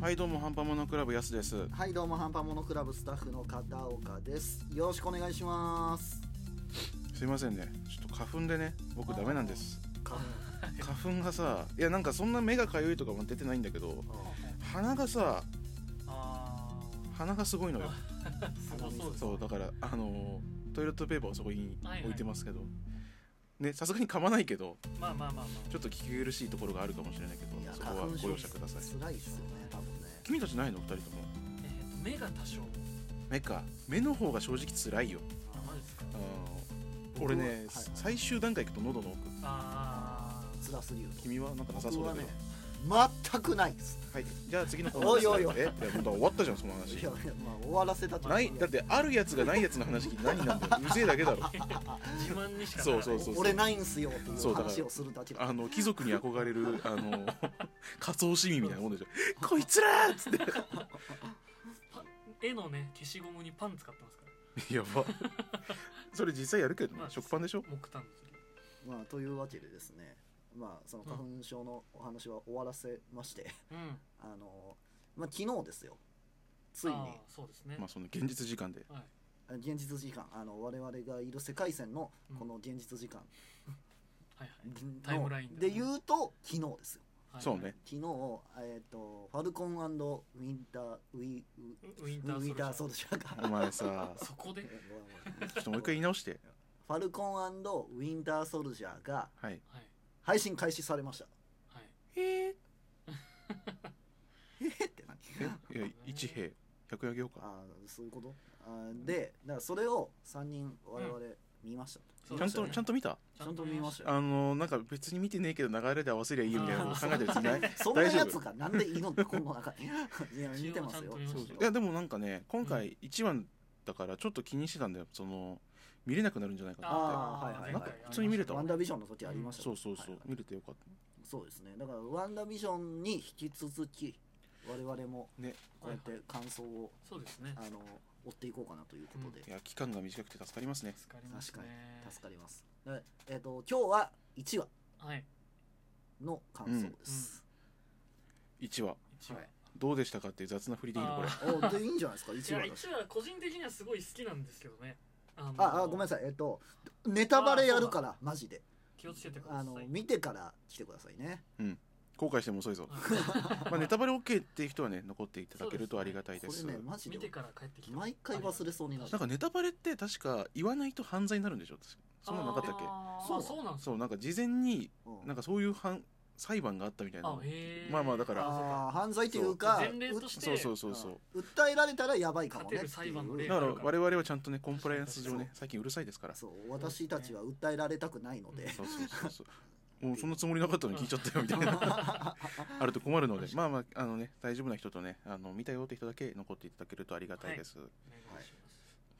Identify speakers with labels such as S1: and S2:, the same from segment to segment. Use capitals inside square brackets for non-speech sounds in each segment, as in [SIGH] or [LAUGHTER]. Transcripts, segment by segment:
S1: はいどうもハンパモノクラブやすです
S2: はいどうもハンパモノクラブスタッフの片岡ですよろしくお願いします
S1: すいませんねちょっと花粉でね僕ダメなんです
S2: 花
S1: 花粉がさいやなんかそんな目がかゆいとかも出てないんだけど鼻がさ
S3: あ
S1: 鼻がすごいのよ
S3: あすごそうです
S1: そうだからあのートイレットペーパーをそこに
S3: はいはい
S1: 置いてますけど、ねさすがに噛まないけど
S3: まあまあまあま
S1: ちょっと聞き苦しいところがあるかもしれないけど
S2: いや
S1: そこは
S2: 花粉
S1: ご
S2: 症
S1: 容赦ください
S2: つらいですよね多分ね
S1: 君たちないの2人とも
S3: あ、えー、と目が多少
S1: 目か目の方が正直辛いよ
S3: あマジですか
S1: うん
S2: 僕は
S1: 俺ね、
S2: はいはい
S1: 最終段階行くと喉の奥
S3: あー
S2: 辛すぎると
S1: 君はなんかなさそう
S2: 僕
S1: だ
S2: は
S1: け
S2: ね
S1: ど、
S2: 全くないです
S1: はいじゃあ次の方
S2: おいおいおい
S1: えいやもう終わったじゃんその
S2: い
S1: 話
S2: やいやまあ終わらせたと
S1: ないだってあるやつがないやつの話聞いて何なんだようぜえだけだろ
S3: 自慢にしかなら
S1: そ
S3: ない
S1: うそうそうそう
S2: 俺ないんすよってい
S1: そう
S2: う
S1: だから
S2: 話をするだけだ
S1: あの貴族に憧れるあの [LAUGHS] 仮想市民みたいなもんでしょこいつらーっつって
S3: 絵のね消しゴムにパン使ってますか
S1: やばそれ実際やるけどね
S3: まあ
S1: 食パンでしょ
S3: ら木炭ですけど
S2: まあというわけでですねまあその花粉症のお話は終わらせまして
S3: うん
S2: あのまあ昨日ですよつい
S3: あ
S2: に
S3: ーそうですね、
S1: まあその現実時間で
S3: はい
S2: 現実時間あの我々がいる世界線のこの現実時間
S3: はいはい
S2: の
S3: タイムライン
S2: で
S3: う、
S2: 言うと昨日ですよ
S3: はい
S1: そうね
S2: 昨日、えー、とファルコンウィンターウィウ
S3: ウウィンター
S2: ウィンターソ
S3: ソ
S2: ル
S3: ルジ
S2: ジャー
S1: お
S2: か
S1: 前さ
S3: ャーそこで
S2: えごめんごめん
S1: ちょっともう一回言い直して
S2: ファルコンウィンターソルジャーが
S1: はい
S3: はい
S2: 配信開始されました
S3: はい
S1: へえ
S2: えへって何
S1: いや一兵100円あげようか
S2: あーそういうことあーでだからそれを3人我々見ました、
S3: そ
S1: ちゃ
S3: うんですね
S1: とちゃんと見た
S2: ちゃんと見ましたよ
S1: あのなんか別に見てねえけど流れで合わせりゃいいみたいなこと考えてるやついない
S2: [LAUGHS] そんなやつがなんでいいのってこの
S3: [LAUGHS]
S2: 中にいや [LAUGHS] 見てます
S3: 一応ちゃんと
S2: よ
S3: 見ま
S1: そ
S3: し
S1: う
S3: た
S1: そう
S3: よ
S1: いやでもなんかね今回1話だからちょっと気にしてたんだよその見れなくなるんじゃないかなっ
S2: あーはいはい
S3: 前
S1: なん
S3: 回
S1: か普通に見れた
S2: ワ
S1: わ
S2: ンダービジョンの時ありましてた
S1: そ
S2: よ
S1: うそうそう
S2: はい
S1: 見れてよかっ
S2: そうですねだからワンダービジョンに引き続き我々も
S1: たね
S2: こうやって感想を
S3: そうですね
S2: あの追っていこうかなということで、
S1: いや期間が短くて助かりますね
S3: 助かります
S2: 確
S3: ね
S2: 助かりますでえっ、と今日は1話
S3: はい
S2: の感想です、
S1: 1話
S3: 一応、
S2: はい
S1: どうでしたかっていう雑な振りでいいのこれ
S3: あ
S2: おでいいんじゃないですか
S3: [LAUGHS] い
S2: 1
S3: や
S2: 話だし
S3: 一話個人的にはすごい好きなんですけどねあの
S2: ああごめんなさいえっ、とネタバレやるからマジで
S3: 気をつけてください
S2: あの見てから来てくださいね
S1: 後悔しても遅いぞ [LAUGHS] まあネタバレ OK っていう人はね残っていただけるとありがたい
S2: こ
S1: です
S2: れねマジ
S3: 見て
S2: で
S3: から帰ってきた
S2: 毎回忘れそうになる
S1: なんかネタバレって確か言わないと犯罪になるんでしょ確かそんなのなかったっけ
S3: あー
S2: そう
S3: あそうなんですか
S1: そうなんか事前に
S2: うん
S1: なんかそういう犯裁判があったみたいな
S3: あへえ
S1: まあまあだから
S2: あー犯罪というか
S3: 前例として
S1: そうそうそうそう
S2: う訴えられたらやばいかもねっていう
S3: 勝てる裁判の例
S1: だから我々はちゃんとねコンプライアンス上ね
S2: そ
S1: 最近うるさいですから
S2: そう私たちは訴えられたくないので、
S1: そうそうそうそう。もうそんなつもりなかったのに聞いちゃったよみたいな。
S3: [LAUGHS]
S1: あると困るので、まあまあ、あのね、大丈夫な人とね、あの見たよって人だけ残っていただけるとありがたいです。
S3: お願いします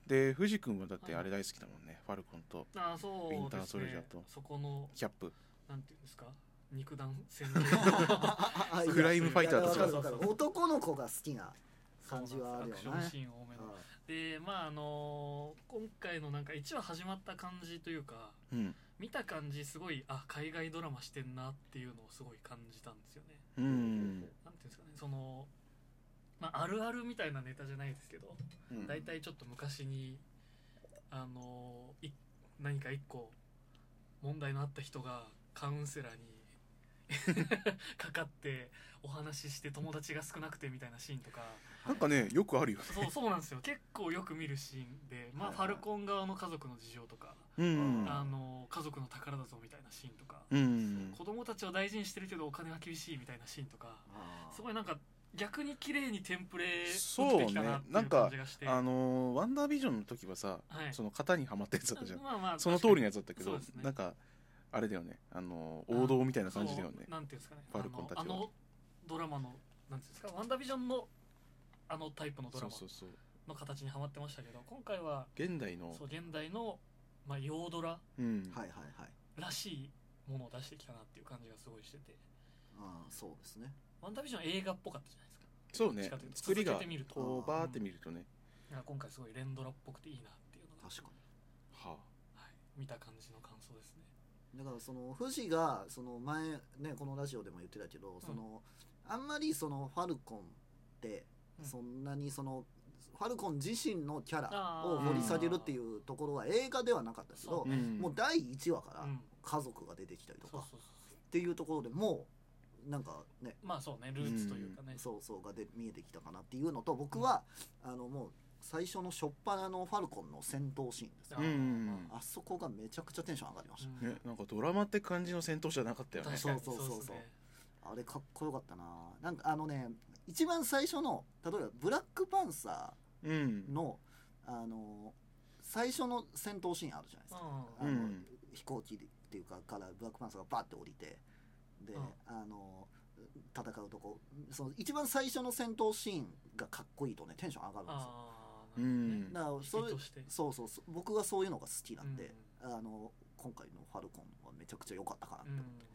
S1: で、藤君はだってあれ大好きだもんね、ファルコンと
S3: あーそうですね
S1: ウィンターソルジャーと
S3: そこの
S1: キャップ。
S3: なんていうんですか肉弾戦のそ
S2: あいや
S1: クライムファイターと
S2: わ
S1: か
S2: か
S1: さ
S2: るわかる男の子が好きな
S3: うなん
S2: 感
S3: です
S2: じはあ
S3: ア
S2: るよね
S3: クションシーン多めのでまああのー今回のなんか一話始まった感じというか
S1: うん。
S3: 見た感じすごいあ海外ドラマしてんなっていうのをすごい感じたんですよね
S1: うん。
S3: なんていうんですかねそのまああるあるみたいなネタじゃないですけど
S1: うん
S3: 大体ちょっと昔にあのい何か一個問題のあった人がカウンセラーに [LAUGHS] かかってお話しして友達が少なくてみたいなシーンとか
S1: なんかね、よくあるよね。
S3: そうそうなんですよ結構よく見るシーンで、まあ、
S2: はい
S3: ファルコン側の家族の事情とか、
S1: うん。
S3: あの家族の宝だぞみたいなシーンとか、
S1: うん。
S3: 子供たちを大事にしてるけどお金は厳しいみたいなシーンとか
S2: あー
S3: すごいなんか逆に綺麗にテンプレ打
S1: そう
S3: ってきたなっていう感じがして、
S1: あのー、ワンダービジョンの時はさ、
S3: はい
S1: その型にはまったやつだったじゃん。
S3: まあまあ
S1: その通りのやつだったけ
S3: そ
S1: ど
S3: うです、ね
S1: なんか、あれだよね、あのー、王道みたいな感じだよね
S3: そう。なんていうんですかね
S1: ファルコンたちは
S3: あのあのドラマのなんていうんですかワンダービジョンのあのタイプのド
S1: そ
S3: ラ
S1: う
S3: マ
S1: そうそう。
S3: の形にはまってましたけど今回は
S1: 現代の
S3: そう、現代の、まあ、洋ドラ
S1: うん。
S2: はいはいはい
S3: らしいものを出してきたなっていう感じがすごいしてて
S2: あーそうですね
S3: ワンダービジョン映画っぽかったじゃないですか
S1: そう
S3: どっ
S1: ね
S3: ちかというと
S1: 作りが
S3: 続けてみると
S1: こうバーって見るとね、
S3: だから今回すごい連ドラっぽくていいなっていうのが、はい、
S2: 確か
S1: は
S3: 見た感じの感想ですね
S2: にだからその富士がその前ねこのラジオでも言ってたけどその、あんまりそのファルコンって、
S1: うん
S2: そんなにそのファルコン自身のキャラを掘り下げるっていうところは映画ではなかったけど
S3: そ、
S1: ん
S2: もう第1話から
S3: うん
S2: 家族が出てきたりと
S3: そう
S2: か
S3: そうそう
S2: っていうところでもうなんかね
S3: まあそうねルーツというかね、
S2: そうそうがで見えてきたかなっていうのと僕は、あのもう最初の初っ端のファルコンの戦闘シーンですね
S3: あー
S1: うん
S3: ま
S2: あそこがめちゃくちゃテンション上がりました、
S3: うん
S1: ね、なんかドラマって感じの戦闘じゃなかったよね
S3: 確かに
S2: そうそうそうそう
S3: ですね
S2: あれかっこよかったななんかあのね一番最初の例えばブラックパンサ
S1: うん
S2: ーのあの最初の戦闘シーンあるじゃないです
S3: う
S2: か、あの
S1: うん
S2: 飛行機っていうかからブラックパンサーがバッて降りてで、
S3: うん
S2: あの戦うとこその一番最初の戦闘シーンがかっこいいとねテンション上がるんですよ
S3: ああ
S1: う
S3: なるほどね
S1: ん
S2: だからそれ
S3: 人として
S2: そうそうそう僕はそういうのが好きなんで、あの今回の「ファルコン」はめちゃくちゃ良かったかなって
S3: う
S2: 思
S3: ん
S2: って、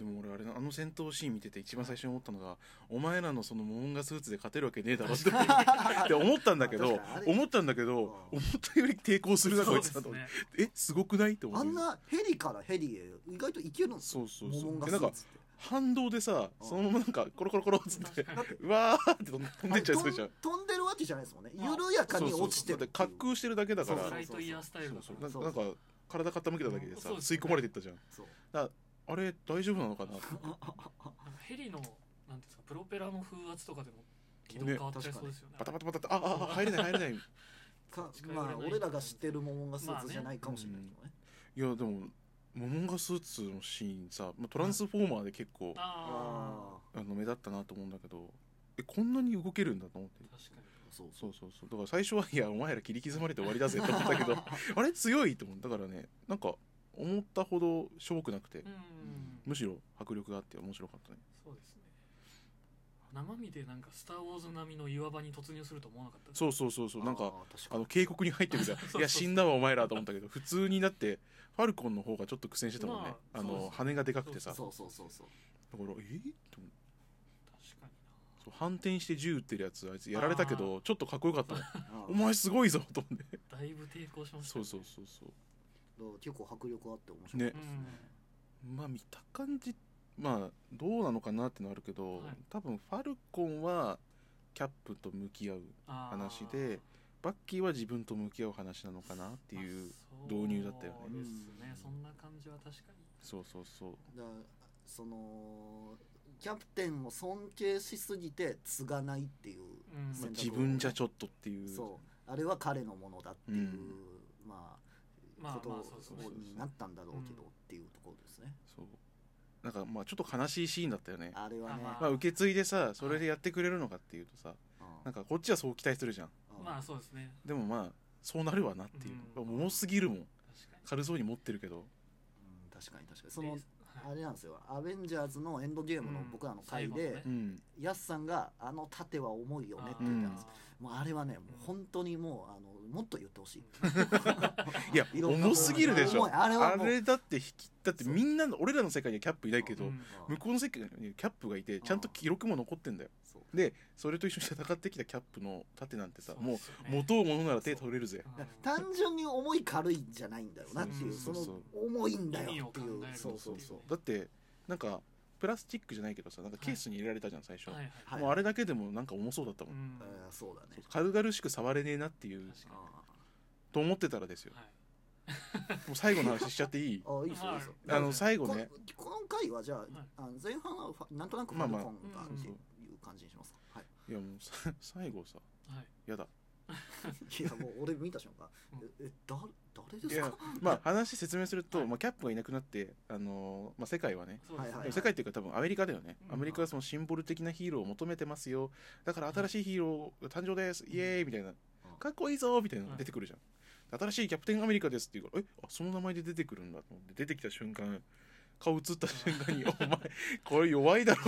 S1: でも俺あれなあの戦闘シーン見てて一番最初に思ったのがお前らのそのモモンガスーツで勝てるわけねえだろって
S2: [LAUGHS]
S1: って思ったんだけど
S2: 確かにあれ
S1: 思ったんだけど
S2: うん
S1: 思ったより抵抗するな
S3: そ
S1: こ
S3: う
S1: い
S3: で
S1: つ
S3: す
S1: だと思っ
S3: ね
S1: てえすごくないって思
S2: あ
S1: うん
S2: なヘリからヘリへ意外といけるんですよ
S1: そうそうそう
S2: モモンガ
S1: で
S2: ス
S1: な
S2: ー
S1: ん
S2: ツっ
S1: か
S2: て
S1: 反動でさ
S2: うん
S1: そのままなんかコロコロコロっつって
S3: 確かに
S1: うわーって飛んでっちゃいそうじゃん
S2: あれ飛ん飛んでるわけじゃないですもんね
S3: あ
S2: 緩やか
S1: そう
S2: に
S1: そう
S2: 落ちてる
S1: だって滑空してるだけだから
S2: そう
S3: フライトイヤースタイルだか
S1: そう
S3: ら
S1: そうなんかなんか体傾けただけでさ
S3: うん
S1: 吸い込まれていったじゃん
S2: そう
S1: あれ大丈夫なのかな
S3: なんかヘリのなんていうんですかプロペラの風圧とかでも軌道
S1: ね
S3: 変わっちゃいそうですよね
S1: バタバタバタってあああ入れない入れない
S2: か
S3: 近寄れ
S2: ま
S3: ない
S2: あ俺らが知ってるモモンガスーツじゃないかもしれないけどね,、
S1: いやでもモモンガスーツのシーンさまあトランスフォーマーで結構あ
S3: あ
S1: の目立ったなと思うんだけどえこんなに動けるんだと思って
S3: あ確かに
S2: ああそうそ
S1: そううそうそうだから最初はいやお前ら切り刻まれて終わりだぜと思ったけどあれ強いと思うだからねなんか思ったほどしょぼくなくて
S3: うん
S1: むしろ迫力があって面白かったね
S3: そうですね生身でなんか「スター・ウォーズ」並みの岩場に突入すると思わなかったです
S1: そうそうそうそうなんか
S2: あ確
S1: あ
S2: か
S1: の
S2: に
S1: 渓谷に入ってるじゃ
S3: [LAUGHS]
S1: ん
S3: そうそう
S1: いや死んだわお前らと思ったけど普通にだってファルコンの方がちょっと苦戦してたもんね、
S3: まあ
S1: あ
S3: そう
S1: の
S3: です
S1: 羽がでかくてさだか
S2: そうそうそうそう
S1: らえー、と思って
S3: 確かに
S1: そう反転して銃撃ってるやつあいつやられたけどちょっとかっこよか
S3: [LAUGHS]
S1: ったの
S2: ああ
S1: お前すごいぞと思って
S3: なだいぶ抵抗しました
S1: そ
S3: よ
S1: う
S3: ね
S1: そうそうそう
S2: 結構迫力あって面白いですね
S3: ね
S1: まあ見た感じまあどうなのかなってのはあるけど、
S3: はい
S1: 多分ファルコンはキャップと向き合う
S3: あー
S1: 話でバッキーは自分と向き合う話なのかなっていう、
S3: まあ
S1: 導入だったよね
S3: そうですね
S2: うん
S3: そんな感じは確かに
S1: そうそうそう
S2: だからそのキャプテンを尊敬しすぎて継がないっていう、
S3: うん
S1: まあ、
S2: 選択を
S1: 自分じゃちょっとっていう
S2: そうあれは彼のものだっていう、ま
S3: ま
S2: あ
S3: あ
S2: こと
S3: まあそうそう
S1: そう
S2: になったんだろうけど
S3: うん
S2: っていうところですね、
S1: そうなんかまあちょっと悲しいシーンだったよね
S2: あれはね
S3: あ
S1: まあ受け継いでさそれでやってくれるのかっていうとさ
S2: うん
S1: なんかこっちはそう期待するじゃん
S2: うん
S3: まあそうですね
S1: でもまあそうなるわなっていう、
S3: うん
S1: 重すぎるもん
S3: 確かに
S1: 軽そうに持ってるけど
S2: うん確かに確かにその
S3: ではい
S2: あれなんですよ「アベンジャーズ」のエンドゲームの
S3: うん
S2: 僕らの回
S3: 最後の
S2: で
S3: ね
S1: うん
S2: ヤス、さんが「あの盾は重いよね」って言ったんですよもうあれはねもう本当にもうあのもっと言ってほしい
S3: あー
S1: いや
S2: いろんな
S1: 重すぎるでしょ
S2: 重いあれは
S1: あ
S2: もう
S1: れだって引きだって
S2: そう
S1: みんなの俺らの世界にはキャップいないけど、
S3: うん
S1: 向こうの世界にはキャップがいてちゃんと記録も残ってんだよ
S2: そう
S1: でそれと一緒に戦ってきたキャップの盾なんてさ
S3: そ
S1: もう
S3: ですよね
S1: 元をものなら手取れるぜ
S3: う
S2: だか
S3: ん
S2: ら単純に重い軽いんじゃないんだよなっていう
S3: そ
S2: そう
S1: そう
S2: の
S1: そう
S2: 重いんだよって
S3: 意
S2: い
S3: 味を
S2: う
S3: 考える
S2: そうそうそう
S1: だってなんかプラスチックじゃないけどさなんかケースに入れられたじゃん最初、
S3: はいはい
S2: はい
S1: もうあれだけでもなんか重そうだったもん、
S3: うん
S2: あーそうだね
S1: 軽々しく触れねえなっていう
S3: 確か
S2: あ
S1: と思ってたらですよ
S3: にはい
S1: もう最後の話しちゃってい
S3: [LAUGHS]
S1: い
S2: ーあーいいですよいいですよ
S1: あの最後ね
S2: ここの回はじゃあ,、あの前半はファなんとなくファルコン
S3: まあ
S2: が
S3: まあ
S2: っていう感じにしますか、はい
S1: いやもう [LAUGHS] さ最後さ
S3: はい
S1: やだ
S2: いやもう俺見た瞬間
S3: うん
S2: ええだ誰で
S1: い
S2: す
S1: や
S2: か
S1: まあ話説明すると、
S3: はい
S1: まあ、キャップがいなくなって、あのーまあ、世界はね
S3: そうですね
S2: はい
S1: でも世界っていうか多分アメリカだよね、
S3: うん
S1: アメリカはそのシンボル的なヒーローを求めてますよだから新しいヒーローが誕生です、イエーイみたいな、かっこいいぞみたいなの出てくるじゃん、新しいキャプテンアメリカですっていうからえあその名前で出てくるんだと思って出てきた瞬間顔映った瞬間
S3: [LAUGHS]
S1: に「お前これ弱いだろ」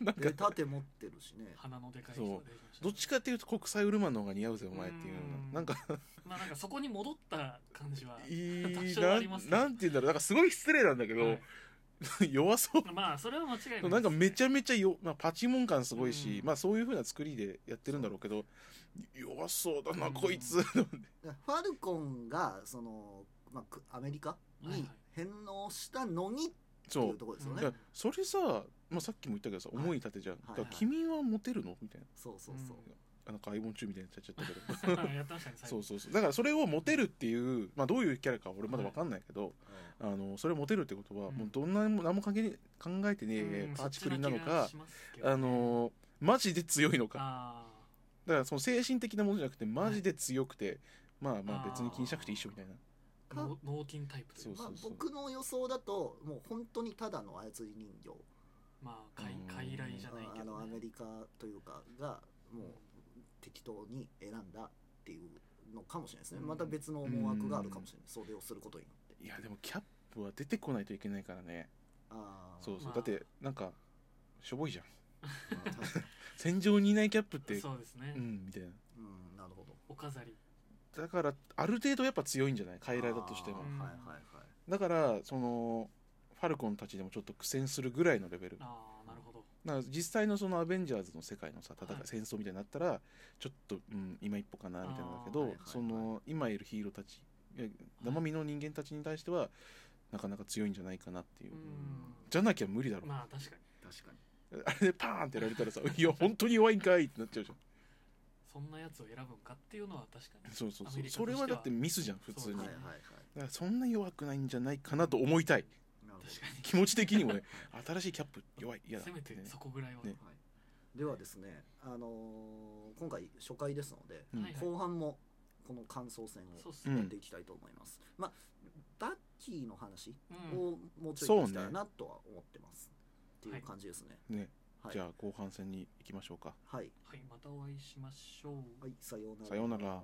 S1: なん
S2: で
S1: か
S2: 盾持ってるしね
S3: 鼻のでかい人が出てきましたね
S1: どっちかっていうと国際ウルマンの方が似合うぜお前っていうような
S3: うん
S1: なんか
S3: まあなんかそこに戻った感じは、
S1: い
S3: 多
S1: い
S3: 少あ
S1: な
S3: ります
S1: ん
S3: ね
S1: なんて言うんだろうなんかすごい失礼なんだけど、
S3: はい
S1: [LAUGHS] 弱そう
S3: まあそれは間違いないですね
S1: なんかめちゃめちゃよ、まあ、パチモン感すごいし、
S3: うん
S1: まあそういうふうな作りでやってるんだろうけど弱そうだな、
S3: うん
S1: こいつ
S2: ファルコンがその、まあ、くアメリカ
S3: はい
S2: に
S3: はい
S2: 返納したのにて
S1: そ
S2: いう
S1: う
S2: ところですよ
S1: だ
S2: ね、
S1: からそれさ、まあ、さっきも言ったけどさ
S2: はい
S1: 思い立てじゃん、
S2: はい
S1: だから君はモテるのみたいな
S2: そうそうそう、
S3: うん
S1: あなんか相棒中みたいになっちゃっちゃったけど
S3: やってましたね最
S1: そ
S3: 後
S1: うそうそうだからそれをモテるっていう、まあ、どういうキャラか俺まだ分かんないけど、あのそれをモテるってことは、
S3: うん
S1: もうどんなにも何も関係考えてねえ、パーチクリなのか、あ
S3: あ
S1: のマジで強いのか
S3: あ
S1: だからその精神的なものじゃなくてマジで強くて、まあまあ別に気にしなくて一緒みたいな
S3: ーの脳筋タイプというか
S1: そう
S2: まあ
S1: そう、そう
S2: 僕の予想だともう本当にただの操り人形
S3: まあ傀傀儡じゃない
S2: あ
S3: け
S2: あ
S3: ど
S2: のア
S3: ね
S2: メリカというかがもう適当に選んだっていうのかもしれないですね、
S3: うん
S2: また別の思惑があるかもしれない、それをすることによって
S1: いやでもキャップは出てこないといけないからね
S2: あー
S1: そうそう、
S3: まあ
S1: だってなんかしょぼいじゃん
S2: まあ確かに
S1: 戦場にいないキャップって
S3: そうですね、
S1: うんみたいな
S2: [LAUGHS] うんなるほど
S3: お飾り
S1: だからある程度やっぱ強いんじゃない傀儡だとしても
S2: あー
S3: うん
S2: はいはいはい
S1: だからそのファルコンたちでもちょっと苦戦するぐらいのレベル
S3: ああなるほど
S1: だから実際のそのアベンジャーズの世界のさ戦い、
S3: はい
S1: 戦争みたいになったらちょっと、うん、今一歩かなみたいなんだけ
S3: あ
S1: ど、
S3: ーはい
S2: はいはい
S1: その今いるヒーローたちいや生身の人間たちに対してはなかなか強いんじゃないかなっていう、
S3: うん
S1: じゃなきゃ無理だろ、
S3: まあ確かに
S2: 確かに
S1: [LAUGHS] あれでパーンってやられたらさ
S3: [LAUGHS]
S1: 「いや本当に弱いんかい!」ってなっちゃうじゃ
S3: そんなやつを選ぶんかっていうのは確か
S1: ん
S3: に
S1: そうそう
S3: ア
S1: そ
S3: メ
S1: う
S3: リカ
S1: そ
S3: として
S1: れ
S3: は
S1: はだってミスじゃん普通に
S3: そうだ
S1: だ,、
S2: はい
S3: ね
S2: はいはい
S1: からそんな弱くないんじゃないかなと思い
S3: [LAUGHS]
S1: たい
S2: なるほど
S3: 確かに
S1: 気持ち的にもね新しいキャップ弱い嫌だ
S3: せめてそこぐらいは、
S1: ね
S2: はい、ではですね、あのー今回初回ですので、
S1: うん
S3: はいはい
S2: 後半もこの感想戦
S3: そうっ
S2: を
S3: すね
S2: やっていきたいと思います、まあバッキーの話
S3: うん
S2: をもうちょい聞きたいなとは思ってます、
S3: そう
S2: って
S3: ね
S2: いう感じですね
S1: ね、
S2: はい
S1: じゃあ後半戦に行きましょうか
S2: はい、
S3: はいまたお会いしましょう
S2: はい、さようなら
S1: さようなら